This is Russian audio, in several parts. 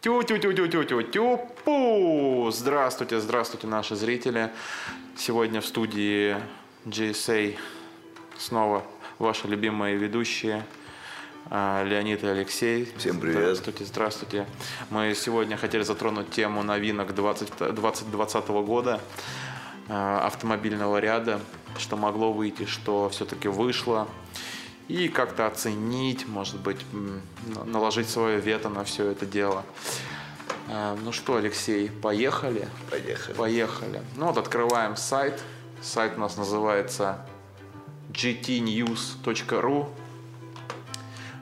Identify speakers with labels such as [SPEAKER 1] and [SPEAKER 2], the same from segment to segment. [SPEAKER 1] тю тю тю тю тю тю тю пу Здравствуйте, здравствуйте, наши зрители. Сегодня в студии GSA снова ваши любимые ведущие а, Леонид и Алексей.
[SPEAKER 2] Всем привет.
[SPEAKER 1] Здравствуйте, здравствуйте. Мы сегодня хотели затронуть тему новинок 20, 2020 года а, автомобильного ряда, что могло выйти, что все-таки вышло и как-то оценить, может быть, м, на- наложить свое вето на все это дело. Э, Ну что, Алексей, поехали?
[SPEAKER 2] Поехали.
[SPEAKER 1] Поехали. Ну вот открываем сайт. Сайт у нас называется gtnews.ru.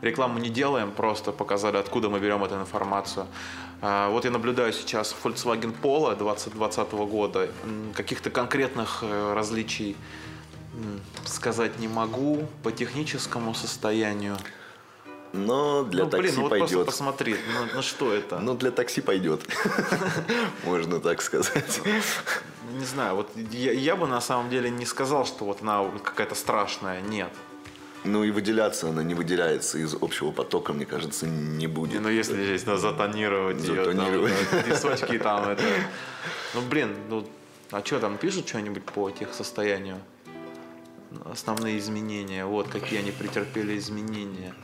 [SPEAKER 1] Рекламу не делаем, просто показали, откуда мы берем эту информацию. А, Вот я наблюдаю сейчас Volkswagen Polo 2020 года. М, Каких-то конкретных э, различий м, сказать не могу по техническому состоянию.
[SPEAKER 2] Но для
[SPEAKER 1] ну,
[SPEAKER 2] такси
[SPEAKER 1] блин, ну вот просто
[SPEAKER 2] пойдет.
[SPEAKER 1] посмотри, ну, ну что это?
[SPEAKER 2] Ну, для такси пойдет. Можно так сказать.
[SPEAKER 1] Не знаю, вот я, я бы на самом деле не сказал, что вот она какая-то страшная. Нет.
[SPEAKER 2] Ну и выделяться она не выделяется из общего потока, мне кажется, не будет.
[SPEAKER 1] Ну, если здесь да, затонировать, её, там,
[SPEAKER 2] Затонировать.
[SPEAKER 1] да, песочки там, это... Ну, блин, ну, а что там, пишут что-нибудь по техсостоянию? Основные изменения, вот, какие они претерпели изменения.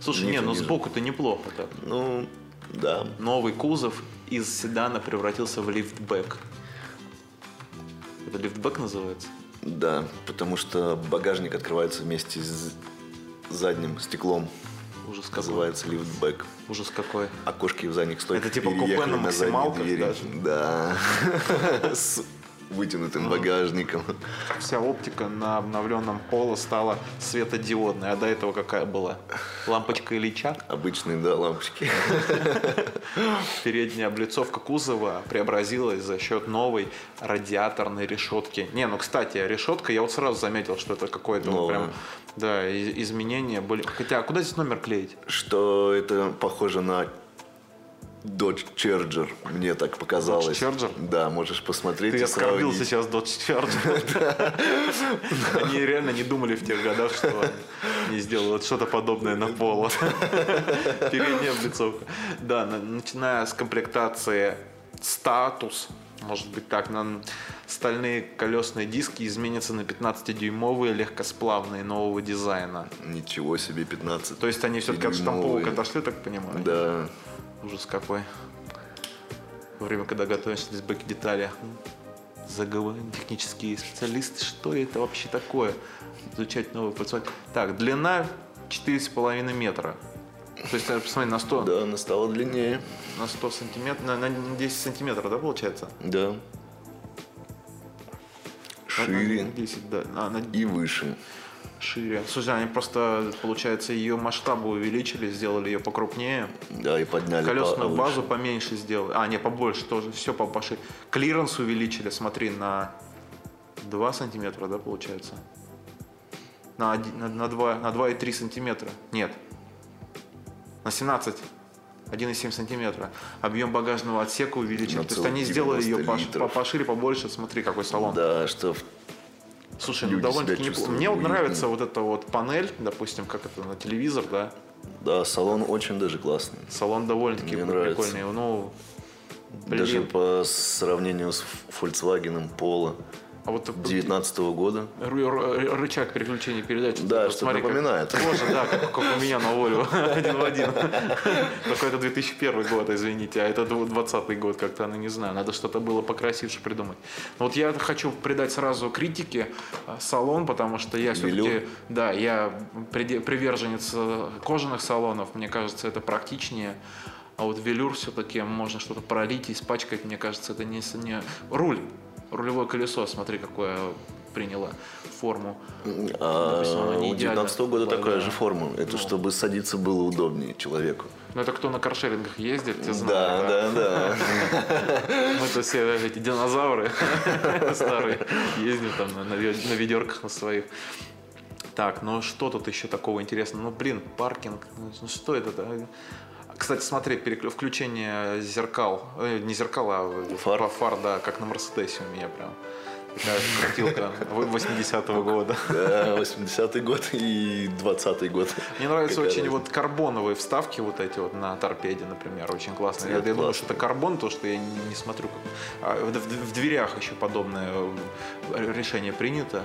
[SPEAKER 1] Слушай,
[SPEAKER 2] Ничего
[SPEAKER 1] не, ну
[SPEAKER 2] не вижу.
[SPEAKER 1] сбоку-то неплохо так.
[SPEAKER 2] Ну, да.
[SPEAKER 1] Новый кузов из седана превратился в лифтбэк. Это лифтбэк называется?
[SPEAKER 2] Да, потому что багажник открывается вместе с задним стеклом.
[SPEAKER 1] Ужас какой.
[SPEAKER 2] Называется лифтбэк.
[SPEAKER 1] Ужас какой.
[SPEAKER 2] Окошки в задних стойках
[SPEAKER 1] Это типа купе
[SPEAKER 2] переехали
[SPEAKER 1] на
[SPEAKER 2] задние
[SPEAKER 1] максималках
[SPEAKER 2] двери.
[SPEAKER 1] даже?
[SPEAKER 2] Да. С вытянутым багажником.
[SPEAKER 1] Вся оптика на обновленном поло стала светодиодной. А до этого какая была? Лампочка Ильича.
[SPEAKER 2] Обычные, да, лампочки.
[SPEAKER 1] Передняя облицовка кузова преобразилась за счет новой радиаторной решетки. Не, ну кстати, решетка, я вот сразу заметил, что это какое-то вот
[SPEAKER 2] Новое.
[SPEAKER 1] прям да, и- изменение были. Хотя, а куда здесь номер клеить?
[SPEAKER 2] что это похоже на Dodge Charger, мне так показалось.
[SPEAKER 1] Dodge Charger?
[SPEAKER 2] Да, можешь посмотреть
[SPEAKER 1] Ты
[SPEAKER 2] и
[SPEAKER 1] оскорбил
[SPEAKER 2] сравнить.
[SPEAKER 1] сейчас Dodge Charger. Они реально не думали в тех годах, что они сделают что-то подобное на поло. Передняя облицовка. Да, на- начиная с комплектации статус, может быть так, на стальные колесные диски изменятся на 15-дюймовые легкосплавные нового дизайна.
[SPEAKER 2] Ничего себе, 15.
[SPEAKER 1] То есть они все-таки от штамповок
[SPEAKER 2] Дюймовые.
[SPEAKER 1] отошли, так понимаю?
[SPEAKER 2] Да.
[SPEAKER 1] Ужас какой. Во время, когда готовишься здесь бэк детали. Заговорили технические специалисты, что это вообще такое? Изучать новый Volkswagen. Так, длина 4,5 метра. То есть, э, посмотри, на 100,
[SPEAKER 2] Да, она стала длиннее.
[SPEAKER 1] на 100 сантиметров, на, на 10 сантиметров, да, получается?
[SPEAKER 2] Да.
[SPEAKER 1] На- на-
[SPEAKER 2] Шире
[SPEAKER 1] На 10, да. А, на-
[SPEAKER 2] и выше.
[SPEAKER 1] шире. Слушай, они просто, получается, ее масштабы увеличили, сделали ее покрупнее.
[SPEAKER 2] Да, и подняли
[SPEAKER 1] Колесную
[SPEAKER 2] повыше.
[SPEAKER 1] базу поменьше сделали. А, не, побольше тоже. Все побольше. Клиренс увеличили, смотри, на 2 сантиметра, да, получается? На, оди- на, на 2, на 2,3 сантиметра. Нет. На 17. 1,7 сантиметра. Объем багажного отсека увеличили.
[SPEAKER 2] На
[SPEAKER 1] То есть они сделали ее
[SPEAKER 2] 90
[SPEAKER 1] пош-
[SPEAKER 2] литров.
[SPEAKER 1] пошире, побольше. Смотри, какой салон.
[SPEAKER 2] Да, что в-
[SPEAKER 1] Слушай, ну
[SPEAKER 2] Люди
[SPEAKER 1] довольно-таки
[SPEAKER 2] себя
[SPEAKER 1] неплохо.
[SPEAKER 2] чувствуют
[SPEAKER 1] Мне вот
[SPEAKER 2] уютно.
[SPEAKER 1] нравится вот эта вот панель, допустим, как это на телевизор, да?
[SPEAKER 2] да, салон очень даже классный.
[SPEAKER 1] Салон довольно-таки
[SPEAKER 2] Мне нравится.
[SPEAKER 1] прикольный. Ну, блин.
[SPEAKER 2] Даже по сравнению с Volkswagen Polo
[SPEAKER 1] А вот
[SPEAKER 2] 19 года.
[SPEAKER 1] Ру- ру- рычаг переключения передач.
[SPEAKER 2] Да,
[SPEAKER 1] Вот
[SPEAKER 2] что-то
[SPEAKER 1] смотри, как-
[SPEAKER 2] напоминает.
[SPEAKER 1] Боже, да, как, как у меня на волю. Один в один. Только это 2001 год, извините, а это 2020 год, как-то, ну не знаю, надо что-то было покрасивше придумать. Но вот я хочу придать сразу критике э, салон, потому что я
[SPEAKER 2] Велюр.
[SPEAKER 1] все-таки, да, я приде- приверженец э, кожаных салонов, мне кажется, это практичнее. А вот велюр все-таки можно что-то пролить, испачкать, мне кажется, это не... с- не... Руль, рулевое колесо, смотри, какое приняло форму.
[SPEAKER 2] А
[SPEAKER 1] Допустим, она не
[SPEAKER 2] у
[SPEAKER 1] идеальна.
[SPEAKER 2] 19 года
[SPEAKER 1] Да,
[SPEAKER 2] такая
[SPEAKER 1] да.
[SPEAKER 2] же форма. Это
[SPEAKER 1] Ну.
[SPEAKER 2] чтобы садиться было удобнее человеку.
[SPEAKER 1] Ну, это кто на каршерингах ездит, те знают. да.
[SPEAKER 2] да, да, да.
[SPEAKER 1] Мы-то все эти динозавры старые ездим там на, на ве- на ведерках на своих. Так, ну что тут еще такого интересного? Ну, блин, паркинг, ну что это? -то? Кстати, смотри, переклю- включение зеркал, э, не зеркала, а
[SPEAKER 2] Фар.
[SPEAKER 1] фар, да, как на Мерседесе у меня прям. Такая крутилка 80-го года.
[SPEAKER 2] Да, 80-й год и 20-й год.
[SPEAKER 1] Мне нравятся
[SPEAKER 2] Какая
[SPEAKER 1] очень
[SPEAKER 2] разница.
[SPEAKER 1] вот карбоновые вставки вот эти вот на торпеде, например, очень классные. Я, я
[SPEAKER 2] Цвет
[SPEAKER 1] думаю,
[SPEAKER 2] классный.
[SPEAKER 1] что это карбон, то что я не, не смотрю. Как... А в, в- в дверях еще подобное э, решение принято.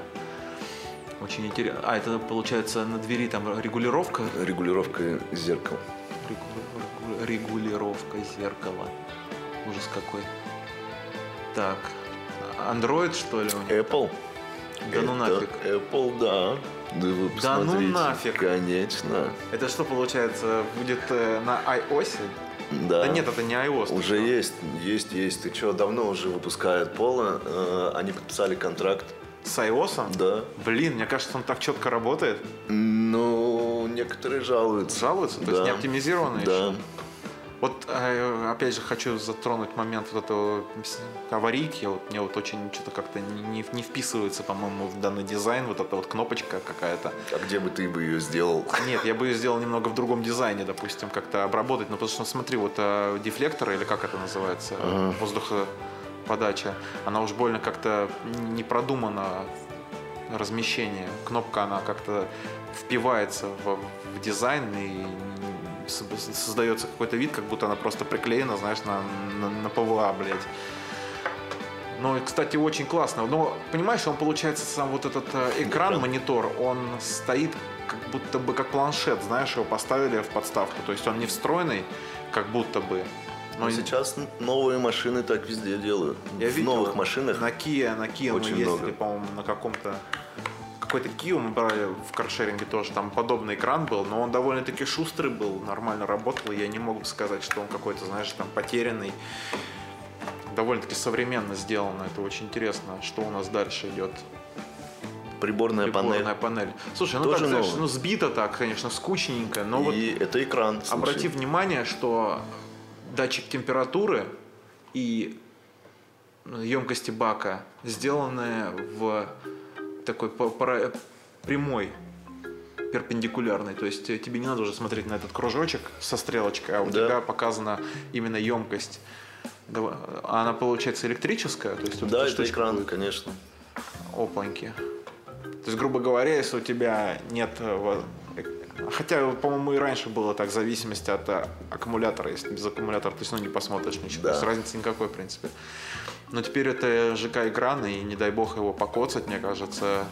[SPEAKER 1] Очень интересно. А это получается на двери там регулировка,
[SPEAKER 2] Регулировка зеркала.
[SPEAKER 1] Регу- регу- регулировка зеркала. Ужас какой. Так. Android что ли у них?
[SPEAKER 2] Apple.
[SPEAKER 1] Да ну
[SPEAKER 2] Это
[SPEAKER 1] нафиг.
[SPEAKER 2] Apple, да. Да вы
[SPEAKER 1] Да ну
[SPEAKER 2] посмотрите.
[SPEAKER 1] нафиг.
[SPEAKER 2] Конечно.
[SPEAKER 1] Это что получается будет э, на iOS?
[SPEAKER 2] Да.
[SPEAKER 1] Да нет, это не iOS.
[SPEAKER 2] А, Уже
[SPEAKER 1] это-
[SPEAKER 2] есть, есть, есть. Ты что, давно уже выпускают Пола. э, они подписали контракт.
[SPEAKER 1] С iOS?
[SPEAKER 2] Да.
[SPEAKER 1] Блин, мне кажется, он так четко работает.
[SPEAKER 2] Ну, некоторые жалуются.
[SPEAKER 1] Жалуются? То есть
[SPEAKER 2] Да.
[SPEAKER 1] не оптимизированные
[SPEAKER 2] Да.
[SPEAKER 1] еще? Вот э, опять же хочу затронуть момент вот этого с- аварийки. Вот мне вот очень что-то как-то не, не- не вписывается, по-моему, в данный дизайн. Вот эта вот кнопочка какая-то.
[SPEAKER 2] А где бы ты бы ее сделал?
[SPEAKER 1] Нет, я бы ее сделал немного в другом дизайне, допустим, как-то обработать. Ну, потому что, смотри, вот э, дефлектор, или как это называется,
[SPEAKER 2] Ага.
[SPEAKER 1] воздухоподача, она уж больно как-то не продумана размещение. Кнопка, она как-то впивается в, в дизайн и с- с- создается какой-то вид, как будто она просто приклеена, знаешь, на, на, на ПВА, блядь. Ну, и, кстати, очень классно. Но, понимаешь, он получается сам вот этот э, экран, монитор, он стоит как будто бы как планшет, знаешь, его поставили в подставку. То есть он не встроенный, как будто бы.
[SPEAKER 2] Но
[SPEAKER 1] и-
[SPEAKER 2] Ну, сейчас новые машины так везде делают.
[SPEAKER 1] я
[SPEAKER 2] в
[SPEAKER 1] видел,
[SPEAKER 2] новых машинах.
[SPEAKER 1] На Kia, на Kia
[SPEAKER 2] очень
[SPEAKER 1] мы ездили,
[SPEAKER 2] много.
[SPEAKER 1] по-моему, на каком-то какой-то Kia мы брали в каршеринге тоже, там подобный экран был, но он довольно-таки шустрый был, нормально работал, и я не могу сказать, что он какой-то, знаешь, там потерянный. Довольно-таки современно сделано, это очень интересно, что у нас дальше идет.
[SPEAKER 2] Приборная,
[SPEAKER 1] Приборная
[SPEAKER 2] панель.
[SPEAKER 1] панель. Слушай, ну
[SPEAKER 2] Тоже
[SPEAKER 1] так, знаешь,
[SPEAKER 2] новое.
[SPEAKER 1] ну сбито так, конечно, скучненько, но Ну, вот
[SPEAKER 2] И это экран. слушай.
[SPEAKER 1] Обрати внимание, что датчик температуры и ну, емкости бака сделаны в такой по- пара- прямой перпендикулярной, то есть э, тебе не надо уже смотреть на этот кружочек со стрелочкой, а у
[SPEAKER 2] Да.
[SPEAKER 1] тебя показана именно емкость. Дава- Она получается электрическая, то есть вот
[SPEAKER 2] Да,
[SPEAKER 1] эта
[SPEAKER 2] это
[SPEAKER 1] штучка
[SPEAKER 2] экран, конечно.
[SPEAKER 1] Опаньки. То есть, грубо говоря, если у тебя нет... э, во- э, Хотя, по-моему, и раньше было так, в зависимости от э, аккумулятора. Если без аккумулятора, ты все равно не посмотришь ничего.
[SPEAKER 2] Да.
[SPEAKER 1] То есть разницы никакой, в принципе. Но теперь это ЖК экран, и не дай бог его покоцать, мне кажется.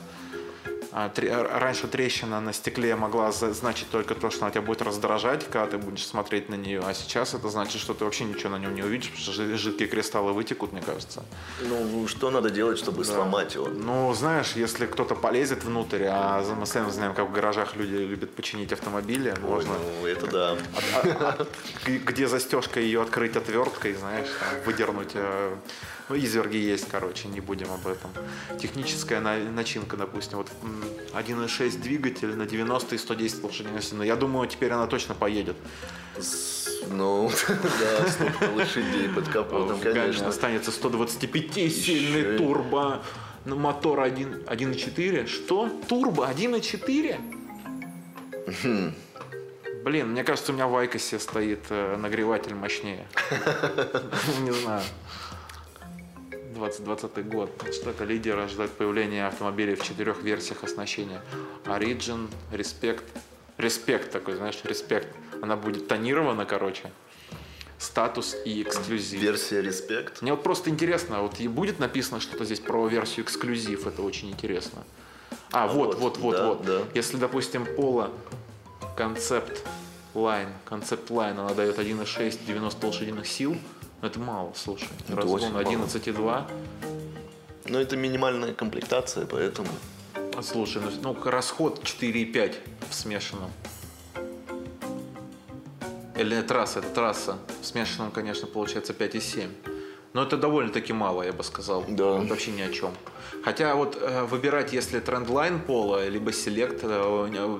[SPEAKER 1] А, тре- а, Раньше трещина на стекле могла за- значить только то, что она тебя будет раздражать, когда ты будешь смотреть на нее. А сейчас это значит, что ты вообще ничего на нем не увидишь, потому что жи- жидкие кристаллы вытекут, мне кажется.
[SPEAKER 2] Ну, что надо делать, чтобы сломать его?
[SPEAKER 1] Ну, знаешь, если кто-то полезет внутрь, а за- мы сами знаем, как в гаражах люди любят починить автомобили,
[SPEAKER 2] Ой,
[SPEAKER 1] можно.
[SPEAKER 2] ну, это да.
[SPEAKER 1] А- а- г- Где застежка ее открыть отверткой, знаешь, там, выдернуть. э, Ну, изверги есть, короче, не будем об этом. Техническая на- начинка, допустим, вот м, 1.6 двигатель на 90 и 110 лошадиных сил. Но я думаю, теперь она точно поедет.
[SPEAKER 2] С- Ну, да, столько лошадей под капотом,
[SPEAKER 1] В Гане
[SPEAKER 2] конечно.
[SPEAKER 1] останется 125 сильный
[SPEAKER 2] Ещё и-
[SPEAKER 1] турбо. Ну, Мотор 1 1.4. Что? Турбо 1.4?
[SPEAKER 2] Хм.
[SPEAKER 1] Блин, мне кажется, у меня в Айкосе стоит э, нагреватель мощнее. Не знаю. 2020 год. Штаты лидера ожидают появления автомобилей в четырех версиях оснащения. Origin, Respect. Респект такой, знаешь, респект. Она будет тонирована, короче. Статус и эксклюзив.
[SPEAKER 2] Версия респект.
[SPEAKER 1] Мне вот просто интересно, вот и будет написано что-то здесь про версию эксклюзив, это очень интересно. А, вот, вот,
[SPEAKER 2] вот,
[SPEAKER 1] вот,
[SPEAKER 2] да,
[SPEAKER 1] вот.
[SPEAKER 2] да.
[SPEAKER 1] Если, допустим, Пола концепт лайн, концепт лайн, она дает 1,6 90 лошадиных сил, но это мало, слушай.
[SPEAKER 2] Это
[SPEAKER 1] Разгон
[SPEAKER 2] очень мало.
[SPEAKER 1] 11,2.
[SPEAKER 2] Но это минимальная комплектация, поэтому
[SPEAKER 1] Слушай, ну, ну расход 4,5 в смешанном. Или трасса, это трасса. В смешанном, конечно, получается 5,7. Но это довольно-таки мало, я бы сказал.
[SPEAKER 2] Да.
[SPEAKER 1] Это вообще ни о чем. Хотя вот э, выбирать, если трендлайн пола, либо селект, э,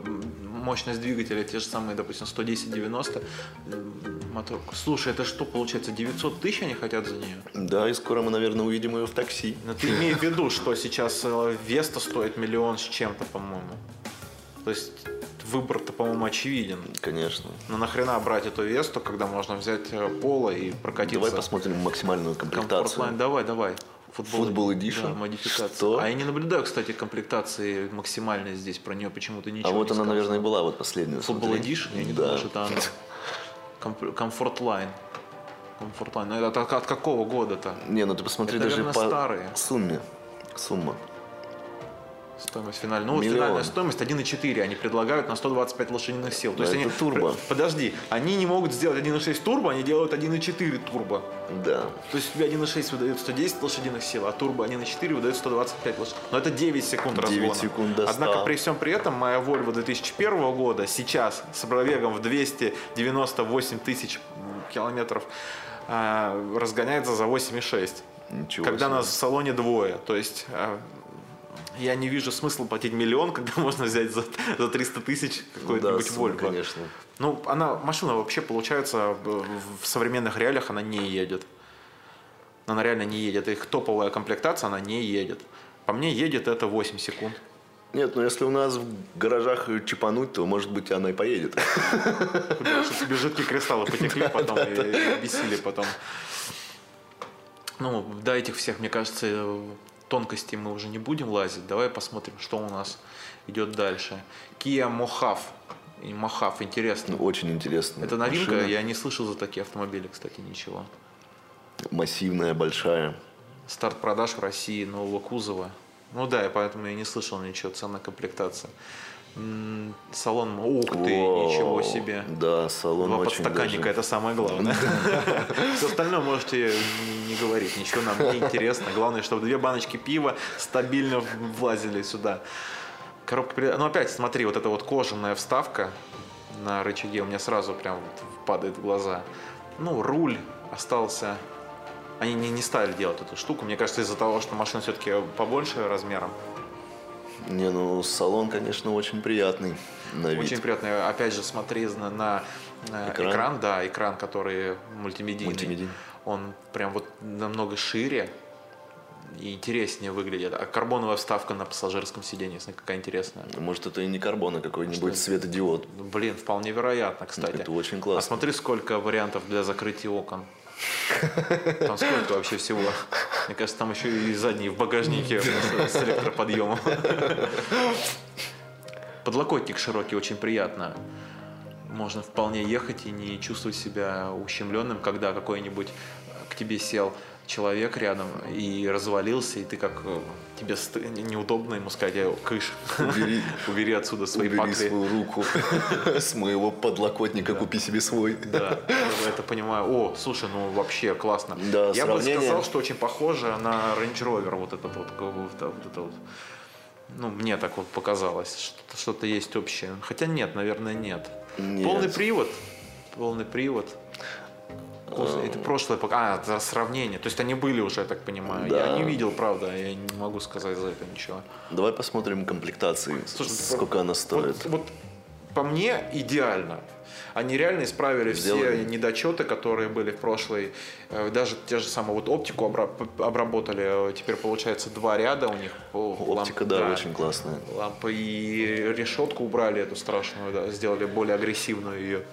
[SPEAKER 1] мощность двигателя те же самые, допустим, 110-90, э, мотор. Слушай, это что, получается, 900 тысяч они хотят за нее?
[SPEAKER 2] Да, и скоро мы, наверное, увидим ее в такси.
[SPEAKER 1] Но Ну, ты имей в виду, что сейчас э, Веста стоит миллион с чем-то, по-моему. То есть выбор-то, по-моему, очевиден.
[SPEAKER 2] Конечно.
[SPEAKER 1] Но нахрена брать эту Весту, когда можно взять э, Пола и прокатиться?
[SPEAKER 2] Давай посмотрим максимальную
[SPEAKER 1] Комфортлайн.
[SPEAKER 2] комплектацию.
[SPEAKER 1] Давай, давай.
[SPEAKER 2] Футбол Edition?
[SPEAKER 1] Да, модификация.
[SPEAKER 2] Что?
[SPEAKER 1] А я не наблюдаю, кстати, комплектации максимальной здесь. Про нее почему-то ничего
[SPEAKER 2] А вот
[SPEAKER 1] не
[SPEAKER 2] она,
[SPEAKER 1] сказано.
[SPEAKER 2] наверное, и была вот последняя.
[SPEAKER 1] Футбол
[SPEAKER 2] смотри.
[SPEAKER 1] Edition? Я не
[SPEAKER 2] Да.
[SPEAKER 1] думаю, что это она. Комп- Комфорт Лайн. Комфорт Лайн. Ну, это от, от какого года-то?
[SPEAKER 2] Не, ну ты посмотри
[SPEAKER 1] Это,
[SPEAKER 2] даже
[SPEAKER 1] наверное,
[SPEAKER 2] по
[SPEAKER 1] старые.
[SPEAKER 2] сумме. Сумма.
[SPEAKER 1] Стоимость финальная. Ну, вот
[SPEAKER 2] Миллион.
[SPEAKER 1] финальная стоимость 1,4 они предлагают на 125 лошадиных сил. То
[SPEAKER 2] Да,
[SPEAKER 1] есть
[SPEAKER 2] это
[SPEAKER 1] они...
[SPEAKER 2] турбо.
[SPEAKER 1] Пр- Подожди, они не могут сделать 1,6 турбо, они делают 1,4 турбо.
[SPEAKER 2] Да.
[SPEAKER 1] То есть тебе 1,6 выдает 110 лошадиных сил, а турбо 1,4 выдает 125 лошадиных Но это 9 секунд
[SPEAKER 2] 9
[SPEAKER 1] разгона.
[SPEAKER 2] секунд до 100.
[SPEAKER 1] Однако при всем при этом моя Volvo 2001 года сейчас с пробегом в 298 тысяч м, километров а, разгоняется за 8,6.
[SPEAKER 2] Ничего
[SPEAKER 1] Когда
[SPEAKER 2] себе.
[SPEAKER 1] нас в салоне двое. То есть а, я не вижу смысла платить миллион, когда можно взять за, за 300 тысяч
[SPEAKER 2] Ну да,
[SPEAKER 1] какой-нибудь
[SPEAKER 2] сумма,
[SPEAKER 1] Volvo.
[SPEAKER 2] конечно.
[SPEAKER 1] Ну, она, машина вообще, получается, в в современных реалиях она не едет. Она реально не едет. Их топовая комплектация, она не едет. По мне, едет это 8 секунд.
[SPEAKER 2] Нет, ну если у нас в гаражах её чипануть, то, может быть, она и поедет.
[SPEAKER 1] Чтобы тебе жидкие кристаллы потекли потом и и бесили потом. Ну, до этих всех, мне кажется, э, тонкостей мы уже не будем лазить. Давай посмотрим, что у нас идет дальше. Kia Mohave. И Mohave, интересно.
[SPEAKER 2] Ну, Очень интересно.
[SPEAKER 1] Это новинка,
[SPEAKER 2] Машина
[SPEAKER 1] я не слышал за такие автомобили, кстати, ничего.
[SPEAKER 2] Массивная, большая.
[SPEAKER 1] старт продаж в России нового кузова. Ну да, и поэтому я не слышал ничего, ценная комплектация. М, Салон, ух ты,
[SPEAKER 2] Воу.
[SPEAKER 1] ничего себе.
[SPEAKER 2] Да, салон
[SPEAKER 1] Два
[SPEAKER 2] очень
[SPEAKER 1] Ну, подстаканника,
[SPEAKER 2] даже-
[SPEAKER 1] это самое главное. Все остальное можете не- не говорить, ничего нам не интересно. Главное, чтобы две баночки пива стабильно в- влазили сюда. Коробка, пере- ну опять смотри, вот эта вот кожаная вставка на рычаге у меня сразу прям вот падает в глаза. Ну, руль остался. Они не, не стали делать эту штуку. Мне кажется, из-за того, что машина все-таки побольше размером.
[SPEAKER 2] Не, ну салон, конечно, очень приятный на вид.
[SPEAKER 1] Очень приятно. Опять же, смотри на, на, э,
[SPEAKER 2] Экран.
[SPEAKER 1] экран. да, экран, который мультимедийный.
[SPEAKER 2] Мультимедийный.
[SPEAKER 1] Он прям вот намного шире и интереснее выглядит. А карбоновая вставка на пассажирском сиденье, если какая интересная.
[SPEAKER 2] Может, это и не карбон, а какой-нибудь
[SPEAKER 1] Что?
[SPEAKER 2] светодиод.
[SPEAKER 1] Ну, Блин, вполне вероятно, кстати.
[SPEAKER 2] Это очень
[SPEAKER 1] А
[SPEAKER 2] классно.
[SPEAKER 1] смотри, сколько вариантов для закрытия окон. Там сколько вообще всего? Мне кажется, там еще и задние в багажнике с электроподъемом. Подлокотник широкий, очень приятно. Можно вполне ехать и не чувствовать себя ущемленным, когда какой-нибудь э, к тебе сел человек рядом и развалился, и ты как э, тебе ст- неудобно ему сказать, «Э, кыш,
[SPEAKER 2] Убери,
[SPEAKER 1] убери отсюда свои
[SPEAKER 2] убери
[SPEAKER 1] пакли.
[SPEAKER 2] свою руку с моего подлокотника, купи себе свой.
[SPEAKER 1] Да, я это понимаю. О, слушай, ну вообще классно.
[SPEAKER 2] Да,
[SPEAKER 1] я
[SPEAKER 2] сравнение.
[SPEAKER 1] бы сказал, что очень похоже на Range Rover, вот этот вот, как бы, да, вот это вот. Ну, мне так вот показалось, что- что-то есть общее. Хотя нет, наверное, нет.
[SPEAKER 2] Нет.
[SPEAKER 1] Полный привод. Полный привод.
[SPEAKER 2] Эм.
[SPEAKER 1] Господи, Это прошлое пок- А, это сравнение. То есть они были уже, я так понимаю.
[SPEAKER 2] Да.
[SPEAKER 1] Я не видел, правда, я не могу сказать за это ничего.
[SPEAKER 2] Давай посмотрим комплектации,
[SPEAKER 1] Слушай,
[SPEAKER 2] сколько она стоит.
[SPEAKER 1] Вот, вот по мне идеально. Они реально исправили
[SPEAKER 2] Сделали.
[SPEAKER 1] все недочеты, которые были в прошлой. Э, Даже те же самые вот оптику обра- обработали. Э, Теперь получается два ряда у них. О,
[SPEAKER 2] Оптика,
[SPEAKER 1] ламп-
[SPEAKER 2] да, очень классная.
[SPEAKER 1] Лампы и решетку убрали эту страшную, да, сделали более агрессивную ее.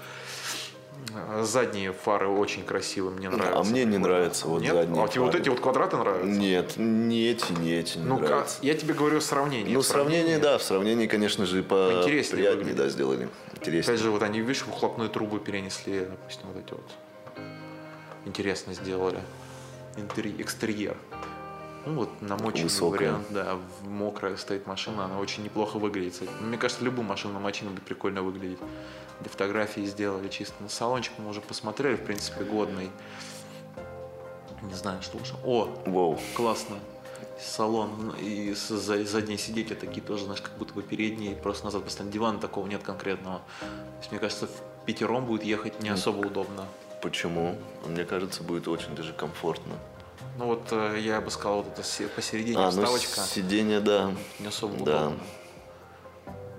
[SPEAKER 1] Э, Задние фары очень красивые, мне нравятся.
[SPEAKER 2] А мне не нравятся вот
[SPEAKER 1] Нет?
[SPEAKER 2] задние.
[SPEAKER 1] А тебе вот
[SPEAKER 2] фары.
[SPEAKER 1] эти вот квадраты нравятся?
[SPEAKER 2] Нет, не эти, не эти не
[SPEAKER 1] Ну, ка-
[SPEAKER 2] нравятся.
[SPEAKER 1] я тебе говорю сравнение.
[SPEAKER 2] Ну, сравнение, да, в сравнении, конечно же, по
[SPEAKER 1] Интереснее
[SPEAKER 2] приятнее,
[SPEAKER 1] выглядит.
[SPEAKER 2] да, сделали. Интереснее.
[SPEAKER 1] Опять же, вот они, видишь, выхлопные трубы перенесли, допустим, вот эти вот. Интересно сделали. Интерь- Экстерьер. Ну вот намоченный
[SPEAKER 2] Высокая.
[SPEAKER 1] вариант, да, в- мокрая стоит машина, она очень неплохо выглядит. кстати. Ну, Мне кажется, любую машину намоченную будет прикольно выглядеть. Для фотографии сделали чисто. Ну, салончик мы уже посмотрели, в принципе, годный. Не знаю, что лучше. О,
[SPEAKER 2] Воу.
[SPEAKER 1] классно. Салон ну, и с- за- задние сиденья такие тоже, знаешь, как будто бы передние, просто назад постоянно дивана такого нет конкретного. То есть, мне кажется, в пятером будет ехать не особо удобно.
[SPEAKER 2] Почему? Мне кажется, будет очень даже комфортно.
[SPEAKER 1] Ну вот э, я бы сказал, вот это се- посередине
[SPEAKER 2] А, ну,
[SPEAKER 1] вставочка
[SPEAKER 2] сиденье, да.
[SPEAKER 1] не особо
[SPEAKER 2] Да.
[SPEAKER 1] удобно.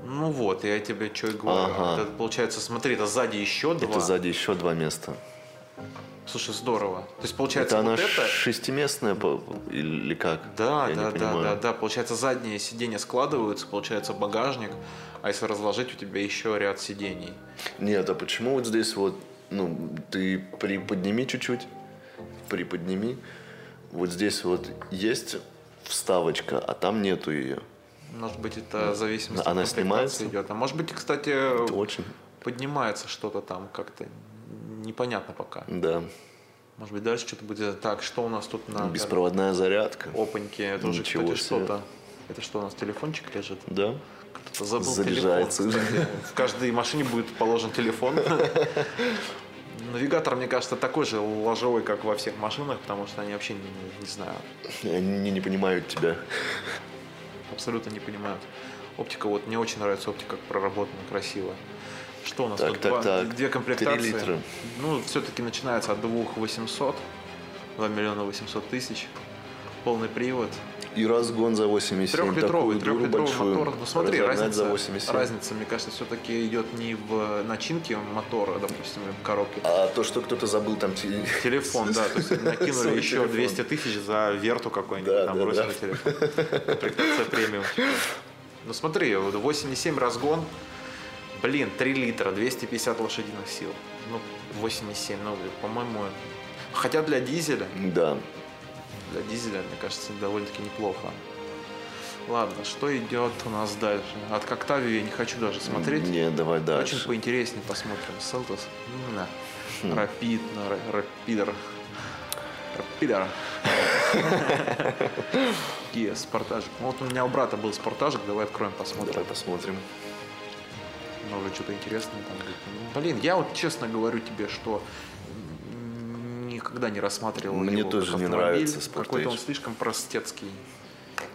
[SPEAKER 1] Ну вот, я тебе что и говорю.
[SPEAKER 2] Ага.
[SPEAKER 1] Это, получается, смотри, это сзади еще два.
[SPEAKER 2] Это сзади еще два места.
[SPEAKER 1] Слушай, здорово. То есть получается
[SPEAKER 2] Это она
[SPEAKER 1] вот это.
[SPEAKER 2] шестиместная по- или как?
[SPEAKER 1] Да,
[SPEAKER 2] Я
[SPEAKER 1] да,
[SPEAKER 2] не
[SPEAKER 1] да,
[SPEAKER 2] понимаю.
[SPEAKER 1] да, да. Получается, задние сиденья складываются, получается багажник, а если разложить, у тебя еще ряд сидений.
[SPEAKER 2] Нет, а почему вот здесь вот, ну, ты приподними чуть-чуть, приподними, Вот здесь вот есть вставочка, а там нету ее.
[SPEAKER 1] Может быть, это зависимость
[SPEAKER 2] Ну, Она
[SPEAKER 1] комплектации
[SPEAKER 2] снимается?
[SPEAKER 1] идет. А может быть, кстати,
[SPEAKER 2] Это очень,
[SPEAKER 1] поднимается что-то там как-то непонятно пока.
[SPEAKER 2] да.
[SPEAKER 1] Может быть, дальше что-то будет. Так, что у нас тут на
[SPEAKER 2] Беспроводная зарядка.
[SPEAKER 1] опаньке? Это уже
[SPEAKER 2] Ничего
[SPEAKER 1] кстати,
[SPEAKER 2] себе.
[SPEAKER 1] что-то. Это что, у нас телефончик лежит?
[SPEAKER 2] Да.
[SPEAKER 1] Кто-то забыл
[SPEAKER 2] Заряжается.
[SPEAKER 1] телефон. кстати. В каждой машине будет положен телефон. Навигатор, мне кажется, такой же ложевой, как во всех машинах, потому что они вообще не, не знаю,
[SPEAKER 2] Они не понимают тебя.
[SPEAKER 1] абсолютно не понимают. Оптика, вот мне очень нравится оптика, как проработана, красиво. Что у нас
[SPEAKER 2] Так,
[SPEAKER 1] тут?
[SPEAKER 2] так,
[SPEAKER 1] Два-
[SPEAKER 2] так.
[SPEAKER 1] Две комплектации.
[SPEAKER 2] Три литра.
[SPEAKER 1] Ну, все-таки начинается от 2 800, 2 миллиона 800 тысяч. Полный привод.
[SPEAKER 2] И разгон за 8,7.
[SPEAKER 1] Трехлитровый,
[SPEAKER 2] такую дуру
[SPEAKER 1] трехлитровый
[SPEAKER 2] большую
[SPEAKER 1] мотор. Ну смотри,
[SPEAKER 2] разогнать
[SPEAKER 1] разница,
[SPEAKER 2] за 8,7.
[SPEAKER 1] разница, мне кажется, все-таки идет не в начинке мотора, допустим, в коробке.
[SPEAKER 2] А то, что кто-то забыл там... те-
[SPEAKER 1] Телефон, да, то есть они
[SPEAKER 2] Свой
[SPEAKER 1] накинули еще
[SPEAKER 2] телефон.
[SPEAKER 1] 200 тысяч за верту какой-нибудь,
[SPEAKER 2] Да,
[SPEAKER 1] там
[SPEAKER 2] да,
[SPEAKER 1] бросили
[SPEAKER 2] да.
[SPEAKER 1] телефон. Комплектация премиум. Ну смотри, вот 8,7 разгон, блин, 3 литра, 250 лошадиных сил. Ну, 8,7, ну, по-моему, хотя для дизеля,
[SPEAKER 2] Да.
[SPEAKER 1] для дизеля, мне кажется, довольно-таки неплохо. Ладно, что идет у нас дальше? От Коктавии я не хочу даже смотреть.
[SPEAKER 2] Не, давай
[SPEAKER 1] Очень
[SPEAKER 2] дальше.
[SPEAKER 1] поинтереснее посмотрим. Селтос.
[SPEAKER 2] Хм.
[SPEAKER 1] Рапид, на ра- рапидер. Рапидер. Кия, Спартажик. Ну, Вот у меня у брата был Спартажик, давай откроем, посмотрим.
[SPEAKER 2] Давай посмотрим.
[SPEAKER 1] Может, что-то интересное там будет. Ну, Блин, я вот честно говорю тебе, что м, никогда не рассматривал
[SPEAKER 2] Мне
[SPEAKER 1] его
[SPEAKER 2] тоже
[SPEAKER 1] как
[SPEAKER 2] не
[SPEAKER 1] автомобиль.
[SPEAKER 2] нравится Sportage.
[SPEAKER 1] Какой-то он слишком простецкий.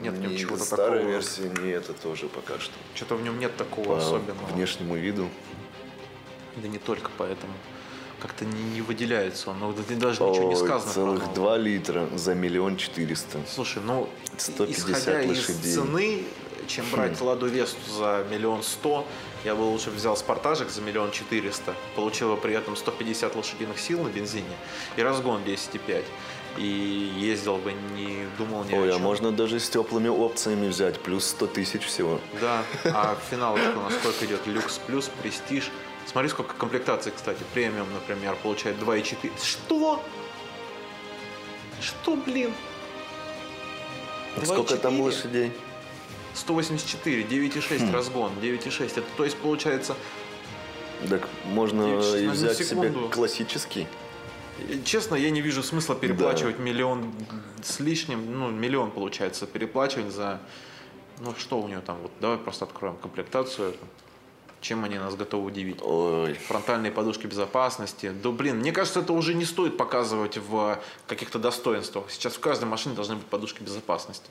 [SPEAKER 1] Нет в нем
[SPEAKER 2] Ни
[SPEAKER 1] чего-то
[SPEAKER 2] старой
[SPEAKER 1] такого.
[SPEAKER 2] версии, не это тоже пока что.
[SPEAKER 1] Что-то в нем нет такого
[SPEAKER 2] По
[SPEAKER 1] особенного.
[SPEAKER 2] внешнему виду.
[SPEAKER 1] Да не только поэтому. Как-то не, не выделяется он. Ну, да ты даже ничего не
[SPEAKER 2] Ой,
[SPEAKER 1] сказано. про
[SPEAKER 2] Целых
[SPEAKER 1] него.
[SPEAKER 2] 2 литра за миллион четыреста.
[SPEAKER 1] Слушай, ну,
[SPEAKER 2] 150
[SPEAKER 1] исходя
[SPEAKER 2] лошадей. Хм.
[SPEAKER 1] из цены, чем брать Ладу Весту за миллион сто, я бы лучше взял Спартажик за миллион четыреста, получил бы при этом 150 лошадиных сил на бензине и разгон 10,5. И ездил бы, не думал ни о
[SPEAKER 2] Ой, а
[SPEAKER 1] чем.
[SPEAKER 2] можно даже с теплыми опциями взять, плюс 100 тысяч всего.
[SPEAKER 1] Да, а финал у нас сколько идет? Люкс плюс, престиж. Смотри, сколько комплектаций, кстати. Премиум, например, получает 2,4. Что? Что, блин?
[SPEAKER 2] Сколько там
[SPEAKER 1] 2,4?
[SPEAKER 2] лошадей?
[SPEAKER 1] 184, 9,6 разгон, 9,6. Это, то есть, получается,
[SPEAKER 2] Так можно
[SPEAKER 1] Девять,
[SPEAKER 2] и
[SPEAKER 1] шестнадцать,
[SPEAKER 2] взять себе
[SPEAKER 1] секунду.
[SPEAKER 2] классический.
[SPEAKER 1] э, честно, я не вижу смысла переплачивать миллион с лишним, ну, миллион, получается, переплачивать за... Ну, что у нее там? Вот давай просто откроем комплектацию. Чем они нас готовы удивить?
[SPEAKER 2] Ой,
[SPEAKER 1] фронтальные подушки безопасности. Да блин, мне кажется, это уже не стоит показывать в каких-то достоинствах. Сейчас в каждой машине должны быть подушки безопасности.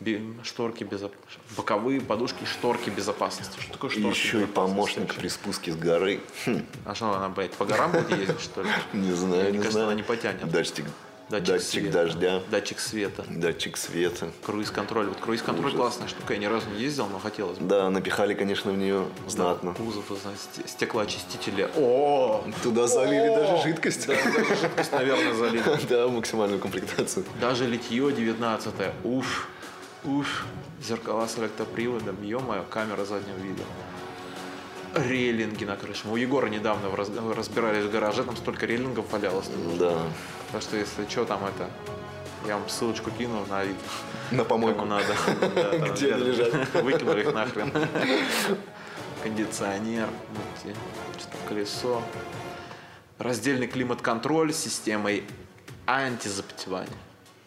[SPEAKER 1] Бе- Шторки безопасности. Боковые подушки, и шторки безопасности. Ну Что такое
[SPEAKER 2] и
[SPEAKER 1] шторки
[SPEAKER 2] еще и
[SPEAKER 1] безопасности
[SPEAKER 2] помощник
[SPEAKER 1] вообще?
[SPEAKER 2] при спуске с горы. Хм,
[SPEAKER 1] А что она, блядь, по горам будет ездить, что ли?
[SPEAKER 2] Не знаю,
[SPEAKER 1] Мне
[SPEAKER 2] не
[SPEAKER 1] кажется,
[SPEAKER 2] знаю.
[SPEAKER 1] она не потянет.
[SPEAKER 2] Датчик, датчик
[SPEAKER 1] света.
[SPEAKER 2] дождя,
[SPEAKER 1] Датчик света.
[SPEAKER 2] датчик света.
[SPEAKER 1] Круиз-контроль. Вот круиз-контроль классная штука. Я ни разу не ездил, но хотелось бы.
[SPEAKER 2] Да, напихали, конечно, в нее знатно.
[SPEAKER 1] Кузов, знаете, стеклоочистители. О!
[SPEAKER 2] Туда залили
[SPEAKER 1] О!
[SPEAKER 2] даже жидкость.
[SPEAKER 1] Да, даже жидкость, наверное, залили.
[SPEAKER 2] Да, максимальную комплектацию.
[SPEAKER 1] Даже литье 19 Уф. Уф. Зеркала с электроприводом. Ё-моё, камера заднего вида. Рейлинги на крыше. Мы у Егора недавно в раз- разбирались в гараже, там столько рейлингов валялось.
[SPEAKER 2] Да,
[SPEAKER 1] Так что, если что, там это... Я вам ссылочку кину на вид,
[SPEAKER 2] на
[SPEAKER 1] кому
[SPEAKER 2] помойку.
[SPEAKER 1] надо. Да, там
[SPEAKER 2] Где они
[SPEAKER 1] рядом. Выкинули их нахрен. Кондиционер, вот те, что-то колесо. Раздельный климат-контроль с системой антизапотевания.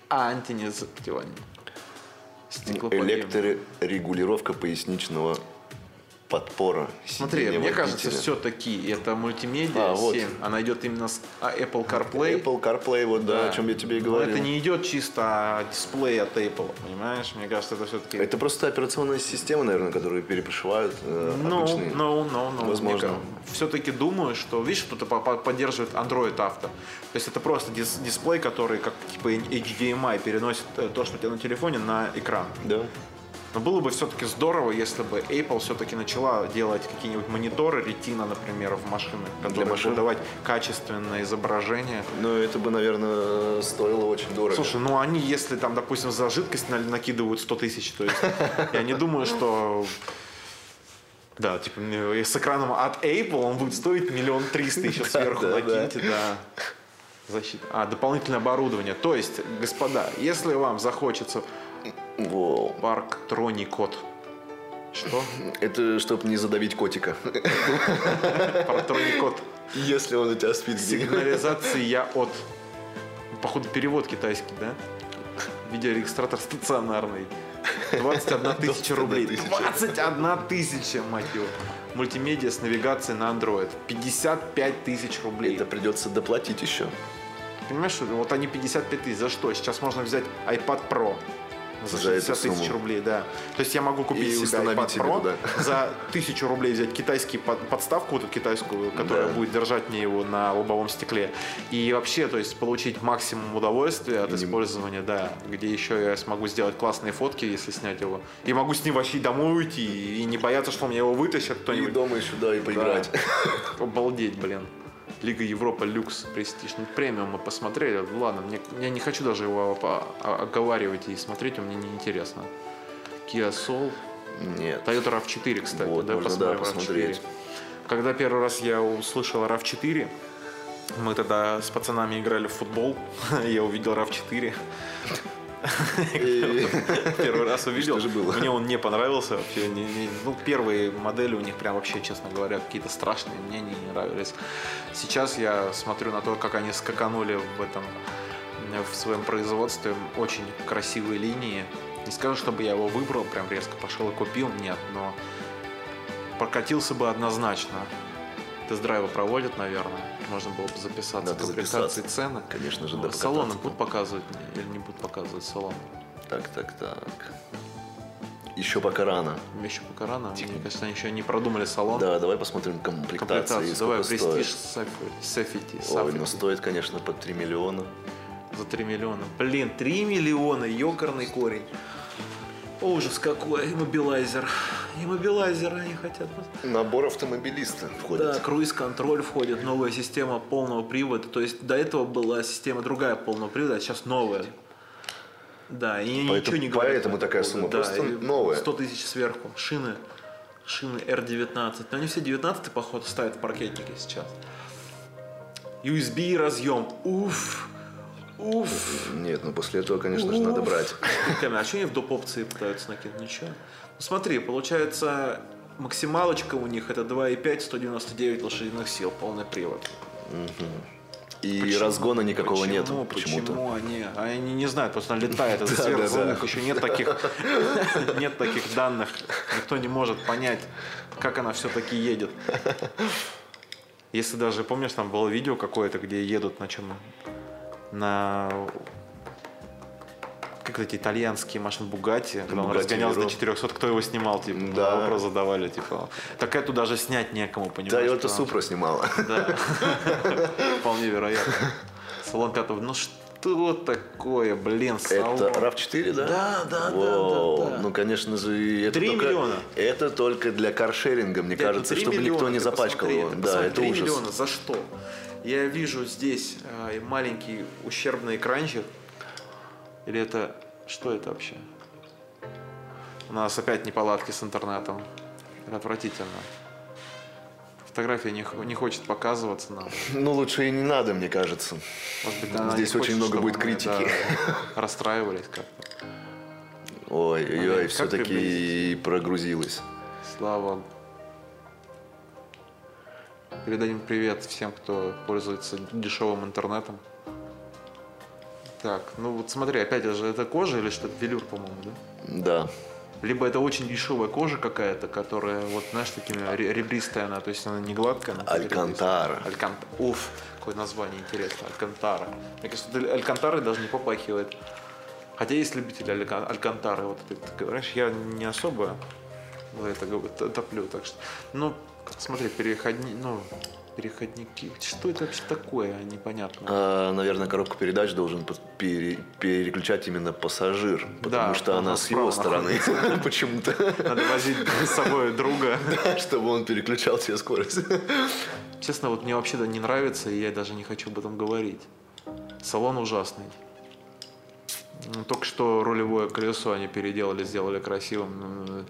[SPEAKER 1] Антинезапотевания. Стеклоподъемник.
[SPEAKER 2] Электрорегулировка поясничного подпора.
[SPEAKER 1] Смотри,
[SPEAKER 2] сиденья
[SPEAKER 1] мне кажется,
[SPEAKER 2] водителя.
[SPEAKER 1] все-таки это мультимедиа
[SPEAKER 2] А, вот.
[SPEAKER 1] 7. Она идет именно с а, Apple CarPlay.
[SPEAKER 2] Apple CarPlay, вот да, о чем я тебе и говорил.
[SPEAKER 1] Но это не идет чисто дисплей от Apple, понимаешь? Мне кажется, это все-таки...
[SPEAKER 2] Это просто операционная система, наверное, которую перепрошивают э,
[SPEAKER 1] Ну,
[SPEAKER 2] обычные.
[SPEAKER 1] ну, ну, ну.
[SPEAKER 2] Возможно.
[SPEAKER 1] Все-таки думаю, что, видишь, кто-то по- по- поддерживает Android Auto. То есть это просто дис- дисплей, который как типа HDMI переносит э, то, что у тебя на телефоне, на экран.
[SPEAKER 2] Да.
[SPEAKER 1] Но было бы все-таки здорово, если бы Apple все-таки начала делать какие-нибудь мониторы, ретина, например, в машинах, которые
[SPEAKER 2] машин?
[SPEAKER 1] будут давать качественное изображение.
[SPEAKER 2] Но это бы, наверное, стоило очень дорого.
[SPEAKER 1] Слушай, ну они, если там, допустим, за жидкость на- накидывают 100 тысяч, то есть я не думаю, что... Да, типа мне- с экраном от Apple он будет стоить миллион триста еще сверху
[SPEAKER 2] Да, да.
[SPEAKER 1] накиньте, да. Защита. А, дополнительное оборудование. То есть, господа, если вам захочется
[SPEAKER 2] Воу.
[SPEAKER 1] парк Троникот. Что?
[SPEAKER 2] Это чтобы не задавить котика.
[SPEAKER 1] Парк Троникот.
[SPEAKER 2] Если он у тебя спит где-нибудь.
[SPEAKER 1] Сигнализация от. Походу, перевод китайский, да? Видеорегистратор стационарный. 21 тысяча рублей.
[SPEAKER 2] 21
[SPEAKER 1] 21 тысяча, мать его. Мультимедиа с навигацией на Android. 55 тысяч рублей.
[SPEAKER 2] Это придется доплатить еще.
[SPEAKER 1] Понимаешь, что вот они 55 тысяч. За что? Сейчас можно взять iPad Pro. За
[SPEAKER 2] За эту
[SPEAKER 1] 60 тысяч
[SPEAKER 2] сумму.
[SPEAKER 1] рублей, да. То есть я могу купить
[SPEAKER 2] И
[SPEAKER 1] себе
[SPEAKER 2] установить
[SPEAKER 1] iPad
[SPEAKER 2] себе
[SPEAKER 1] Pro,
[SPEAKER 2] туда.
[SPEAKER 1] за тысячу рублей взять китайский под- подставку, вот эту китайскую, которая
[SPEAKER 2] Да.
[SPEAKER 1] будет держать мне его на лобовом стекле. И вообще, то есть получить максимум удовольствия от использования, да. Где еще я смогу сделать классные фотки, если снять его. И могу с ним вообще и домой уйти, и не бояться, что мне его вытащат
[SPEAKER 2] И
[SPEAKER 1] кто-нибудь.
[SPEAKER 2] дома еще, да, и поиграть.
[SPEAKER 1] Да. Обалдеть, блин. Лига Европа, люкс, престиж. Ну, премиум мы посмотрели. Ладно, мне, я не хочу даже его опа- о- оговаривать и смотреть, мне неинтересно. Kia Soul.
[SPEAKER 2] Нет.
[SPEAKER 1] Toyota RAV4, кстати.
[SPEAKER 2] Вот,
[SPEAKER 1] да,
[SPEAKER 2] можно,
[SPEAKER 1] посмотрим
[SPEAKER 2] да, посмотреть.
[SPEAKER 1] RAV4. Когда первый раз я услышал RAV4, мы тогда с пацанами играли в футбол. Я увидел RAV4.
[SPEAKER 2] И-
[SPEAKER 1] Первый раз увидел.
[SPEAKER 2] Что же было?
[SPEAKER 1] Мне он не понравился вообще. не- не- ну, первые модели у них прям вообще, честно говоря, какие-то страшные. Мне не нравились. Сейчас я смотрю на то, как они скаканули в этом в своем производстве очень красивые линии. Не скажу, чтобы я его выбрал, прям резко пошел и купил, нет, но прокатился бы однозначно. Тест-драйвы проводят, наверное. Можно было бы записаться
[SPEAKER 2] Надо
[SPEAKER 1] к комплектации
[SPEAKER 2] записаться.
[SPEAKER 1] цены.
[SPEAKER 2] Конечно же, да,
[SPEAKER 1] Вот Салоны
[SPEAKER 2] покататься.
[SPEAKER 1] будут показывать или не будут показывать салон?
[SPEAKER 2] Так, так, так. Еще пока рано.
[SPEAKER 1] Еще пока рано. Мне кажется, они еще не продумали салон.
[SPEAKER 2] Да, давай посмотрим комплектации. и
[SPEAKER 1] Комплектацию. Давай,
[SPEAKER 2] сколько
[SPEAKER 1] престиж
[SPEAKER 2] стоит.
[SPEAKER 1] Сафи- Сафити.
[SPEAKER 2] Ой,
[SPEAKER 1] Сафити.
[SPEAKER 2] ну стоит, конечно, под 3 миллиона.
[SPEAKER 1] За 3 миллиона. Блин, 3 миллиона, ёкарный корень. Ужас какой, иммобилайзер. Иммобилайзер они хотят.
[SPEAKER 2] Набор автомобилиста
[SPEAKER 1] Да,
[SPEAKER 2] входит.
[SPEAKER 1] круиз-контроль входит, новая система полного привода. То есть до этого была система другая полного привода, а сейчас новая. Да, и
[SPEAKER 2] Поэтому-
[SPEAKER 1] ничего не говорят. по этому
[SPEAKER 2] поэтому такая
[SPEAKER 1] поводу.
[SPEAKER 2] сумма, просто
[SPEAKER 1] и
[SPEAKER 2] новая.
[SPEAKER 1] 100 тысяч сверху. Шины. Шины R19. Но они все 19 походу ставят в паркетнике сейчас. USB разъем. Уф. Уф.
[SPEAKER 2] Нет, ну после этого, конечно же, надо
[SPEAKER 1] Уф.
[SPEAKER 2] брать.
[SPEAKER 1] Камера, а что они в доп. опции пытаются накинуть? Ничего. Ну, смотри, получается, максималочка у них это 2,5, 199 лошадиных сил, полный привод.
[SPEAKER 2] И разгона никакого
[SPEAKER 1] Почему?
[SPEAKER 2] нету почему-то.
[SPEAKER 1] Почему они? А Они не знают, просто она летает, это
[SPEAKER 2] Да, да,
[SPEAKER 1] сверхзвук,
[SPEAKER 2] да.
[SPEAKER 1] еще нет таких, нет таких данных. Никто не может понять, как она все-таки едет. Если даже, помнишь, там было видео какое-то, где едут на чем? На как эти итальянские машины Бугати, когда он
[SPEAKER 2] Bugatti
[SPEAKER 1] разгонялся до
[SPEAKER 2] Veyron.
[SPEAKER 1] 400, кто его снимал, типа,
[SPEAKER 2] Да.
[SPEAKER 1] вопрос задавали, типа, так эту даже снять некому, понимаешь?
[SPEAKER 2] Toyota
[SPEAKER 1] потому
[SPEAKER 2] Supra снимала.
[SPEAKER 1] да. Вполне вероятно. Салон пятого. Ну что такое, блин, салон?
[SPEAKER 2] Это RAV4, да?
[SPEAKER 1] Да, да, да,
[SPEAKER 2] Вау,
[SPEAKER 1] да, да.
[SPEAKER 2] Ну, конечно же, и это
[SPEAKER 1] Три
[SPEAKER 2] только,
[SPEAKER 1] миллиона.
[SPEAKER 2] Это только для каршеринга, мне
[SPEAKER 1] Блядь, ну
[SPEAKER 2] кажется,
[SPEAKER 1] три
[SPEAKER 2] чтобы никто
[SPEAKER 1] миллиона,
[SPEAKER 2] не
[SPEAKER 1] ты
[SPEAKER 2] запачкал
[SPEAKER 1] посмотри,
[SPEAKER 2] его.
[SPEAKER 1] ты
[SPEAKER 2] Да,
[SPEAKER 1] посмотри,
[SPEAKER 2] это
[SPEAKER 1] три
[SPEAKER 2] ужас.
[SPEAKER 1] миллиона, за что? Я вижу здесь э, маленький ущербный экранчик. Или это... Что это вообще? У нас опять неполадки с интернетом. Это отвратительно. Фотография не, х- не хочет показываться нам.
[SPEAKER 2] Ну, лучше и не надо, мне кажется.
[SPEAKER 1] Может быть, она не
[SPEAKER 2] Здесь очень
[SPEAKER 1] хочет,
[SPEAKER 2] много
[SPEAKER 1] чтобы
[SPEAKER 2] будет
[SPEAKER 1] мы,
[SPEAKER 2] критики.
[SPEAKER 1] да, расстраивались как-то.
[SPEAKER 2] Ой, ой,
[SPEAKER 1] Блин,
[SPEAKER 2] ой,
[SPEAKER 1] как
[SPEAKER 2] все-таки
[SPEAKER 1] приблизить?
[SPEAKER 2] прогрузилась.
[SPEAKER 1] Слава. Передадим привет всем, кто пользуется дешевым интернетом. Так, ну вот смотри, опять же, это кожа или что-то велюр, по-моему, да?
[SPEAKER 2] Да.
[SPEAKER 1] Либо это очень дешевая кожа какая-то, которая, вот, знаешь, такими ре- ребристая она, то есть она не гладкая. она такая
[SPEAKER 2] Алькантара.
[SPEAKER 1] ребристая. Алькант... Уф, какое название интересное, Алькантара. Мне кажется, это Алькантары даже не попахивает. Хотя есть любители Алька- Алькантары, вот ты, ты говоришь, я не особо за это гов- т- топлю, так что... Ну, смотри, переходни... ну, переходники, что это вообще такое непонятно?
[SPEAKER 2] А, наверное, коробку передач должен под- пере- переключать именно пассажир, потому
[SPEAKER 1] Да,
[SPEAKER 2] что
[SPEAKER 1] она
[SPEAKER 2] она с
[SPEAKER 1] справа
[SPEAKER 2] его стороны почему-то,
[SPEAKER 1] Надо возить с собой друга.
[SPEAKER 2] чтобы он переключал себе скорость.
[SPEAKER 1] Честно, вот мне вообще-то не нравится, и я даже не хочу об этом говорить. Салон ужасный. Ну, Только что рулевое колесо они переделали, сделали красивым. Ну,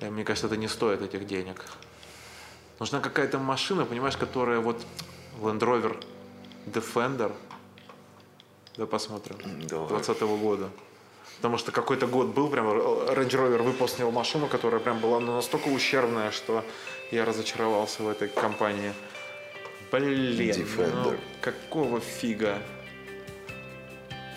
[SPEAKER 1] э, Мне кажется, это не стоит этих денег. Нужна какая-то машина, понимаешь, которая вот Land Rover Defender, Да, посмотрим.
[SPEAKER 2] Давай.
[SPEAKER 1] 20 года. Потому что какой-то год был, прям Р- Range Rover выпустил машину, которая прям была ну, настолько ущербная, что я разочаровался в этой компании. Блин, ну,
[SPEAKER 2] Defender.
[SPEAKER 1] какого фига?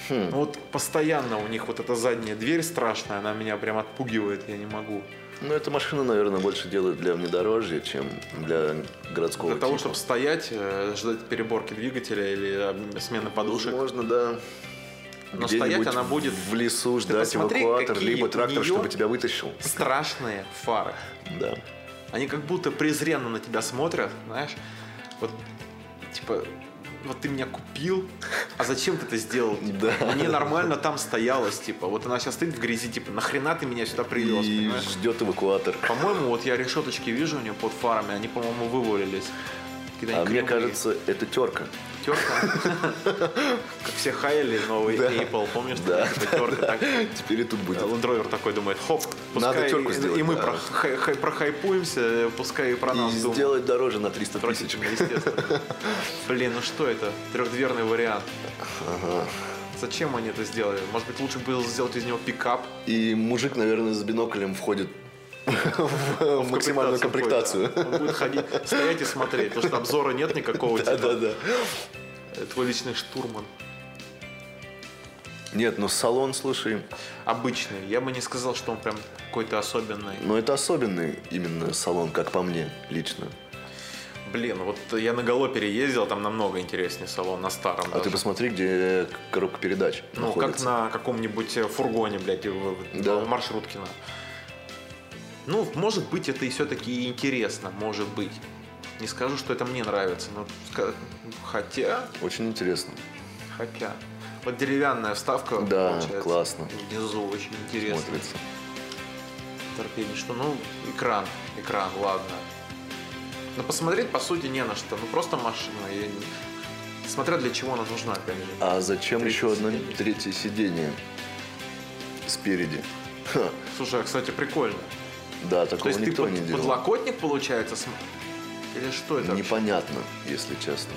[SPEAKER 2] Хм.
[SPEAKER 1] Ну, Вот постоянно у них вот эта задняя дверь страшная, она меня прям отпугивает, я не могу.
[SPEAKER 2] Ну, эта машина, наверное, больше делает для внедорожья, чем для городского
[SPEAKER 1] Для того,
[SPEAKER 2] типа.
[SPEAKER 1] чтобы стоять, э, ждать переборки двигателя или э, смены подушек.
[SPEAKER 2] Можно, да.
[SPEAKER 1] Но
[SPEAKER 2] Где-нибудь
[SPEAKER 1] стоять она будет
[SPEAKER 2] в лесу, ждать
[SPEAKER 1] посмотри,
[SPEAKER 2] эвакуатор,
[SPEAKER 1] какие
[SPEAKER 2] либо
[SPEAKER 1] у
[SPEAKER 2] трактор,
[SPEAKER 1] неё-
[SPEAKER 2] чтобы тебя вытащил.
[SPEAKER 1] страшные фары.
[SPEAKER 2] Да.
[SPEAKER 1] Они как будто презренно на тебя смотрят, знаешь, вот типа вот ты меня купил, а зачем ты это сделал? типа?
[SPEAKER 2] Да.
[SPEAKER 1] Мне нормально там стоялось, типа, вот она сейчас стоит в грязи, типа, нахрена ты меня сюда привез,
[SPEAKER 2] И
[SPEAKER 1] понимаешь?
[SPEAKER 2] ждет эвакуатор.
[SPEAKER 1] По-моему, вот я решеточки вижу у нее под фарами, они, по-моему, вывалились. Какие-то
[SPEAKER 2] А
[SPEAKER 1] они
[SPEAKER 2] мне
[SPEAKER 1] кривые.
[SPEAKER 2] кажется, это терка.
[SPEAKER 1] терка. Как все хаяли новый
[SPEAKER 2] Да.
[SPEAKER 1] Apple, помнишь?
[SPEAKER 2] Да.
[SPEAKER 1] Типа, терка так.
[SPEAKER 2] Теперь и тут будет.
[SPEAKER 1] Land Rover такой думает, хоп,
[SPEAKER 2] Надо
[SPEAKER 1] пускай
[SPEAKER 2] терку
[SPEAKER 1] и-
[SPEAKER 2] сделать,
[SPEAKER 1] и мы
[SPEAKER 2] да.
[SPEAKER 1] прохай- хай- прохайпуемся, пускай и про
[SPEAKER 2] И
[SPEAKER 1] нас думают.
[SPEAKER 2] сделать дороже на 300 тысяч.
[SPEAKER 1] Отвратительно, естественно. Блин, ну что это? Трехдверный вариант. Зачем они это сделали? Может быть, лучше было сделать из него
[SPEAKER 2] Э,
[SPEAKER 1] пикап?
[SPEAKER 2] И мужик, наверное, с биноклем входит в
[SPEAKER 1] в
[SPEAKER 2] максимальную комплектацию.
[SPEAKER 1] какой-то. Он будет ходить, стоять и смотреть, потому что обзора нет никакого. типа,
[SPEAKER 2] Да-да-да.
[SPEAKER 1] Твой личный штурман.
[SPEAKER 2] Нет, ну салон, слушай,
[SPEAKER 1] Обычный. Я бы не сказал, что он прям какой-то особенный.
[SPEAKER 2] ну это особенный именно салон, как по мне, лично.
[SPEAKER 1] Блин, вот я на Галопере ездил, там намного интереснее салон на старом.
[SPEAKER 2] А ты
[SPEAKER 1] даже.
[SPEAKER 2] посмотри, где коробка передач
[SPEAKER 1] Ну, как
[SPEAKER 2] находится.
[SPEAKER 1] на каком-нибудь э, фургоне, блядь, в
[SPEAKER 2] Да.
[SPEAKER 1] в маршрутке. на. Ну, может быть, это и все-таки интересно, может быть. Не скажу, что это мне нравится, но ска- хотя,
[SPEAKER 2] Очень интересно.
[SPEAKER 1] хотя. Вот деревянная вставка
[SPEAKER 2] Да,
[SPEAKER 1] получается,
[SPEAKER 2] классно.
[SPEAKER 1] Внизу очень интересно.
[SPEAKER 2] Смотрится.
[SPEAKER 1] Торпеде, что, ну, экран, экран, ладно. Но посмотреть, по сути, не на что. Ну, просто машина. я не- Смотря для чего она нужна, опять же.
[SPEAKER 2] А зачем
[SPEAKER 1] Третье
[SPEAKER 2] еще одно
[SPEAKER 1] сиденье.
[SPEAKER 2] третье сиденье спереди? Ха,
[SPEAKER 1] Слушай, а, кстати, прикольно.
[SPEAKER 2] да,
[SPEAKER 1] То
[SPEAKER 2] такого
[SPEAKER 1] есть ты
[SPEAKER 2] Ну, никто
[SPEAKER 1] под-
[SPEAKER 2] не делал.
[SPEAKER 1] подлокотник, получается, см- или что это? вообще?
[SPEAKER 2] Непонятно, если честно.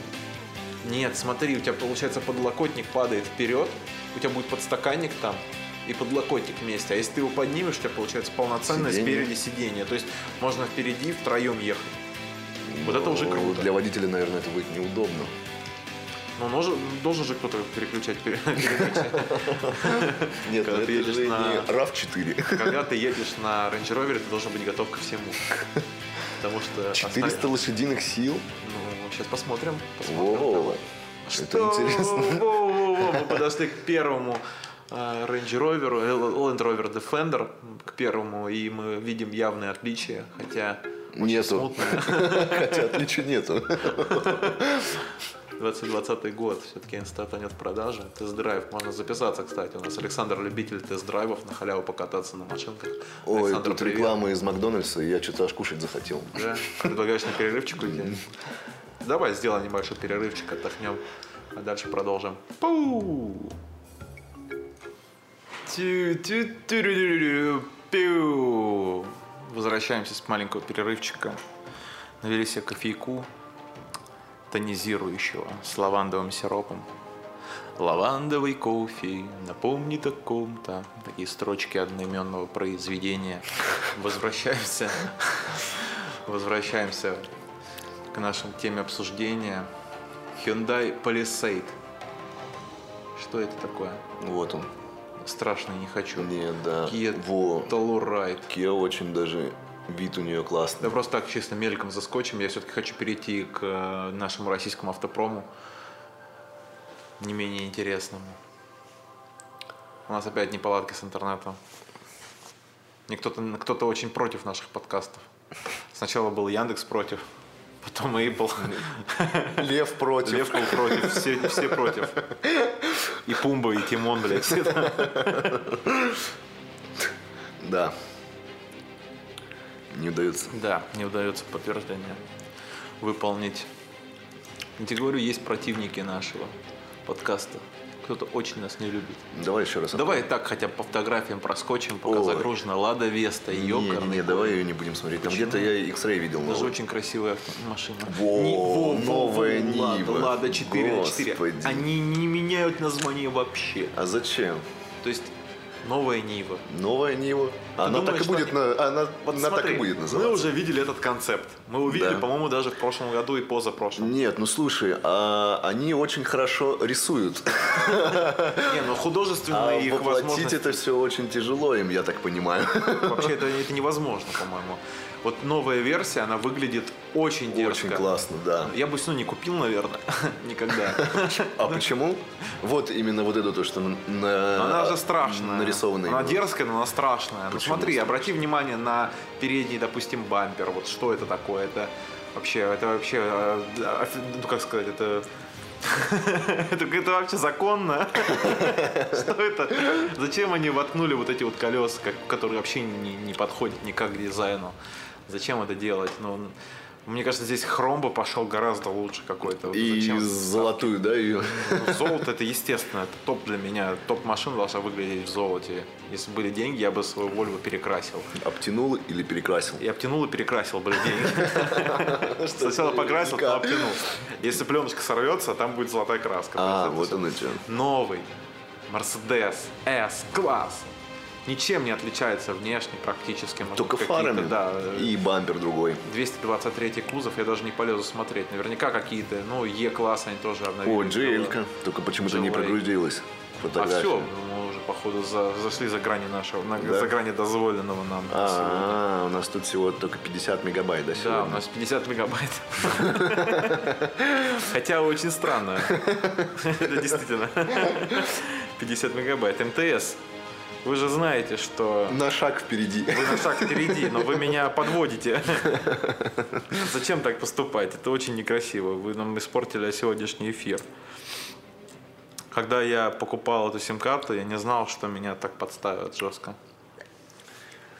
[SPEAKER 1] Нет, смотри, у тебя получается подлокотник падает вперед, у тебя будет подстаканник там и подлокотник вместе. А если ты его поднимешь, у тебя получается полноценное
[SPEAKER 2] Сиденье.
[SPEAKER 1] спереди сиденье. То есть можно впереди втроем ехать. Вот это
[SPEAKER 2] Но
[SPEAKER 1] уже круто.
[SPEAKER 2] Ну, Для водителя, наверное, это будет неудобно.
[SPEAKER 1] Но нужен, должен же кто-то переключать. пере- передачи.
[SPEAKER 2] Нет,
[SPEAKER 1] Когда
[SPEAKER 2] ну
[SPEAKER 1] ты
[SPEAKER 2] это
[SPEAKER 1] едешь
[SPEAKER 2] же
[SPEAKER 1] на-
[SPEAKER 2] не RAV4.
[SPEAKER 1] Когда ты едешь на Range Rover, ты должен быть готов ко всему. Потому что... Ну,
[SPEAKER 2] 400 лошадиных сил?
[SPEAKER 1] сейчас посмотрим. посмотрим.
[SPEAKER 2] Воу. Это
[SPEAKER 1] Что?
[SPEAKER 2] интересно.
[SPEAKER 1] Во-во-во, Мы подошли к первому э, Range Rover, э, Land Rover Defender, м, к первому, и мы видим явные отличия, хотя
[SPEAKER 2] Нету.
[SPEAKER 1] смутные.
[SPEAKER 2] Хотя отличия нету.
[SPEAKER 1] 2020 год, все-таки инстата нет в продаже. Тест-драйв, можно записаться, кстати. У нас Александр любитель тест-драйвов, на халяву покататься на машинках.
[SPEAKER 2] Ой,
[SPEAKER 1] Александр,
[SPEAKER 2] тут
[SPEAKER 1] привет.
[SPEAKER 2] реклама из Макдональдса, и я что-то аж кушать захотел.
[SPEAKER 1] Да? Предлагаешь на перерывчик уйти? Давай сделаем небольшой перерывчик, отдохнем, а дальше продолжим. Пу! Тю-тю-тю-рю-рю-рю. Пиу! Возвращаемся с маленького перерывчика. Навели себе кофейку тонизирующего с лавандовым сиропом. Лавандовый кофе напомнит о ком-то. Такие строчки одноименного произведения. Возвращаемся. Возвращаемся к нашим теме обсуждения. Hyundai Palisade. Что это такое?
[SPEAKER 2] Вот он.
[SPEAKER 1] Страшно не хочу.
[SPEAKER 2] Нет, да.
[SPEAKER 1] Kia
[SPEAKER 2] Во.
[SPEAKER 1] Telluride.
[SPEAKER 2] Kia очень даже вид у нее
[SPEAKER 1] Да
[SPEAKER 2] классный.
[SPEAKER 1] просто так, честно, мельком заскочим. Я все-таки хочу перейти к э, нашему российскому автопрому. Не менее интересному. У нас опять неполадки с интернетом. И кто-то кто очень против наших подкастов. Сначала был Яндекс против, потом Apple.
[SPEAKER 2] Лев против.
[SPEAKER 1] Лев был против, все, все против. И Пумба, и Тимон, блядь. все там.
[SPEAKER 2] Да. Не удается.
[SPEAKER 1] Да, не удается подтверждение выполнить. Я тебе говорю, есть противники нашего подкаста. Кто-то очень нас не любит.
[SPEAKER 2] Давай еще раз.
[SPEAKER 1] Давай так хотя бы по фотографиям проскочим, пока
[SPEAKER 2] Ой.
[SPEAKER 1] загружена Лада Веста,
[SPEAKER 2] Не, не,
[SPEAKER 1] ёкарный.
[SPEAKER 2] не, давай ее не будем смотреть. Там где-то я X-Ray видел.
[SPEAKER 1] Это же
[SPEAKER 2] новый.
[SPEAKER 1] очень красивая авто- машина.
[SPEAKER 2] Во,
[SPEAKER 1] Не-
[SPEAKER 2] новая
[SPEAKER 1] Лада,
[SPEAKER 2] Нива.
[SPEAKER 1] Лада 4 на 4.
[SPEAKER 2] Господи.
[SPEAKER 1] Они не меняют название вообще.
[SPEAKER 2] А зачем?
[SPEAKER 1] То есть новая Нива.
[SPEAKER 2] Новая Нива. Она
[SPEAKER 1] думаешь,
[SPEAKER 2] так и
[SPEAKER 1] что
[SPEAKER 2] будет,
[SPEAKER 1] они-
[SPEAKER 2] на- она,
[SPEAKER 1] Вот
[SPEAKER 2] она так
[SPEAKER 1] смотри,
[SPEAKER 2] и будет
[SPEAKER 1] Мы
[SPEAKER 2] называться.
[SPEAKER 1] уже видели этот концепт. Мы увидели,
[SPEAKER 2] Да.
[SPEAKER 1] по-моему, даже в прошлом году и позапрошлом.
[SPEAKER 2] Нет, ну слушай, а они очень хорошо рисуют.
[SPEAKER 1] Не, ну художественные
[SPEAKER 2] А
[SPEAKER 1] их
[SPEAKER 2] воплотить
[SPEAKER 1] возможности.
[SPEAKER 2] это все очень тяжело им, я так понимаю.
[SPEAKER 1] Вообще это, это невозможно, по-моему. Вот новая версия, она выглядит очень дерзко.
[SPEAKER 2] Очень классно, да.
[SPEAKER 1] Я бы все не купил, наверное, никогда. Ну,
[SPEAKER 2] А почему? Вот именно вот это то, что на...
[SPEAKER 1] Она же страшная.
[SPEAKER 2] нарисовано.
[SPEAKER 1] Она
[SPEAKER 2] именно.
[SPEAKER 1] дерзкая, но она страшная. Ну,
[SPEAKER 2] э, Почему
[SPEAKER 1] смотри, обрати внимание на передний, допустим, бампер. Вот что это такое? Это вообще, это вообще, э, да, офи- ну как сказать, это... это, это вообще законно? что это? Зачем они воткнули вот эти вот колеса, как- которые вообще не, не подходят никак к дизайну? Зачем это делать? Ну, мне кажется, здесь хром бы пошел гораздо лучше какой-то. Вот
[SPEAKER 2] И
[SPEAKER 1] зачем?
[SPEAKER 2] золотую, да, ее?
[SPEAKER 1] Ну, Золото это естественно, это топ для меня. Топ машина должна выглядеть в золоте. Если бы были деньги, я бы свою Вольву перекрасил.
[SPEAKER 2] Обтянул или перекрасил?
[SPEAKER 1] И обтянул и перекрасил, блин, деньги.
[SPEAKER 2] Ну,
[SPEAKER 1] Сначала
[SPEAKER 2] это
[SPEAKER 1] покрасил, потом
[SPEAKER 2] как?
[SPEAKER 1] обтянул. Если пленочка сорвется, там будет золотая краска.
[SPEAKER 2] А,
[SPEAKER 1] То есть
[SPEAKER 2] вот
[SPEAKER 1] это
[SPEAKER 2] оно что.
[SPEAKER 1] всё. Новый Mercedes S-класс. Ничем не отличается внешне практически. может,
[SPEAKER 2] Только
[SPEAKER 1] какие-то,
[SPEAKER 2] фарами
[SPEAKER 1] Да,
[SPEAKER 2] и бампер другой.
[SPEAKER 1] 223 кузов, я даже не полезу смотреть. Наверняка какие-то, ну, Е-класс они тоже обновили.
[SPEAKER 2] О, джелька. Только почему-то не
[SPEAKER 1] Джелай.
[SPEAKER 2] прогрузилась
[SPEAKER 1] А
[SPEAKER 2] фотография.
[SPEAKER 1] все, мы уже, походу, за- зашли за грани нашего, на-
[SPEAKER 2] Да?
[SPEAKER 1] за грани дозволенного нам. всего.
[SPEAKER 2] А, у нас тут всего только 50 мегабайт, да,
[SPEAKER 1] Да, у
[SPEAKER 2] сегодня?
[SPEAKER 1] нас 50 мегабайт. Хотя очень странно. Это действительно. 50 мегабайт. МТС. Вы же знаете, что
[SPEAKER 2] На шаг впереди.
[SPEAKER 1] вы на шаг впереди, но вы меня подводите. Зачем так поступать? Это очень некрасиво. Вы нам испортили сегодняшний эфир. Когда я покупал эту сим-карту, я не знал, что меня так подставят жестко.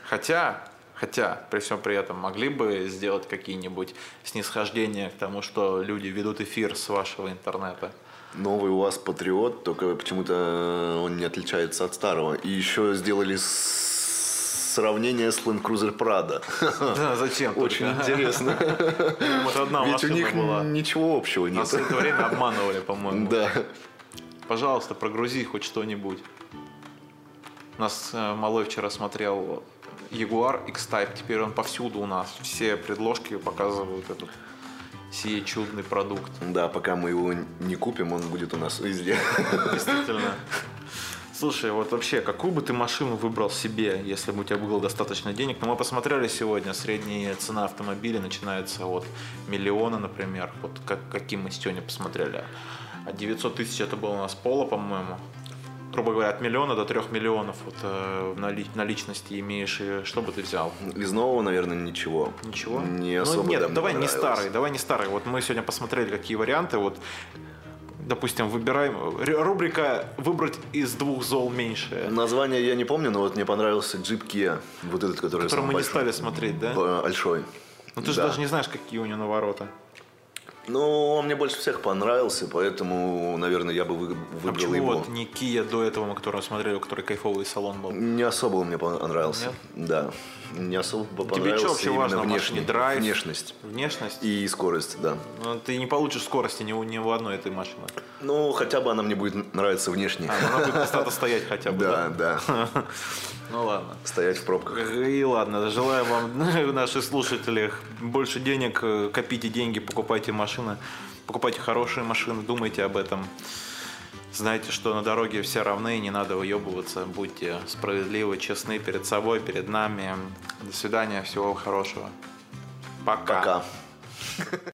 [SPEAKER 1] Хотя, хотя, при всем при этом, могли бы сделать какие-нибудь снисхождения к тому, что люди ведут эфир с вашего интернета.
[SPEAKER 2] Новый у вас Патриот, только почему-то он не отличается от старого. И еще сделали с- сравнение с Land Cruiser Prado.
[SPEAKER 1] Да, зачем?
[SPEAKER 2] А, Очень
[SPEAKER 1] только?
[SPEAKER 2] интересно.
[SPEAKER 1] Вот одна
[SPEAKER 2] Ведь у
[SPEAKER 1] машина
[SPEAKER 2] них
[SPEAKER 1] была.
[SPEAKER 2] ничего общего нет.
[SPEAKER 1] Нас в это время обманывали, по-моему.
[SPEAKER 2] Да.
[SPEAKER 1] Пожалуйста, прогрузи хоть что-нибудь. У нас э, малой вчера смотрел Jaguar X-Type, теперь он повсюду у нас. Все предложки показывают этот сие чудный продукт.
[SPEAKER 2] Да, пока мы его не купим, он будет у нас везде.
[SPEAKER 1] Действительно. Слушай, вот вообще, какую бы ты машину выбрал себе, если бы у тебя было достаточно денег? Ну, мы посмотрели сегодня, средняя цена автомобиля начинается от миллиона, например. Вот как, каким мы сегодня посмотрели. А 900 тысяч это было у нас пола, по-моему. Грубо говоря, от миллиона до трех миллионов вот, э, в нали- наличности имеешь. И что бы ты взял?
[SPEAKER 2] Из нового, наверное, ничего.
[SPEAKER 1] Ничего?
[SPEAKER 2] Не
[SPEAKER 1] Ну,
[SPEAKER 2] особо
[SPEAKER 1] Нет,
[SPEAKER 2] там
[SPEAKER 1] давай не
[SPEAKER 2] понравилось.
[SPEAKER 1] старый, давай не старый. Вот мы сегодня посмотрели, какие варианты. Вот, допустим, выбираем... р- Рубрика «Выбрать из двух зол
[SPEAKER 2] Ну,
[SPEAKER 1] меньшее».
[SPEAKER 2] Название я не помню, но вот мне понравился джип Kia. Вот этот, который...
[SPEAKER 1] Который
[SPEAKER 2] самый
[SPEAKER 1] мы не
[SPEAKER 2] большой.
[SPEAKER 1] стали смотреть, да?
[SPEAKER 2] Б- Большой.
[SPEAKER 1] Ну ты же
[SPEAKER 2] Да.
[SPEAKER 1] даже не знаешь, какие у него А наворота.
[SPEAKER 2] Ну, он мне больше всех понравился, поэтому, наверное, я бы вы-
[SPEAKER 1] А
[SPEAKER 2] выбрал
[SPEAKER 1] почему
[SPEAKER 2] его.
[SPEAKER 1] вот не Kia до этого, мы который смотрели, у которой кайфовый салон был?
[SPEAKER 2] Не особо он мне понравился. Да. Не особо
[SPEAKER 1] Тебе
[SPEAKER 2] понравился
[SPEAKER 1] что вообще
[SPEAKER 2] именно
[SPEAKER 1] важно в
[SPEAKER 2] внешний-
[SPEAKER 1] машине? Драйв?
[SPEAKER 2] Внешность.
[SPEAKER 1] Внешность?
[SPEAKER 2] И скорость, да.
[SPEAKER 1] Ну, ты не получишь скорости ни у, ни у одной этой машины.
[SPEAKER 2] Ну, хотя бы она мне будет нравиться внешне.
[SPEAKER 1] А, ну, Она будет просто стоять хотя бы.
[SPEAKER 2] Да, да.
[SPEAKER 1] да? Ну ладно.
[SPEAKER 2] Стоять в пробках.
[SPEAKER 1] Э, И ладно, желаю вам, наших слушателей, больше денег, э, копите деньги, покупайте машины, покупайте хорошие машины, думайте об этом. Знайте, что на дороге все равны, не надо выебываться, будьте справедливы, честны перед собой, перед нами. До свидания, всего хорошего. Пока.
[SPEAKER 2] Пока.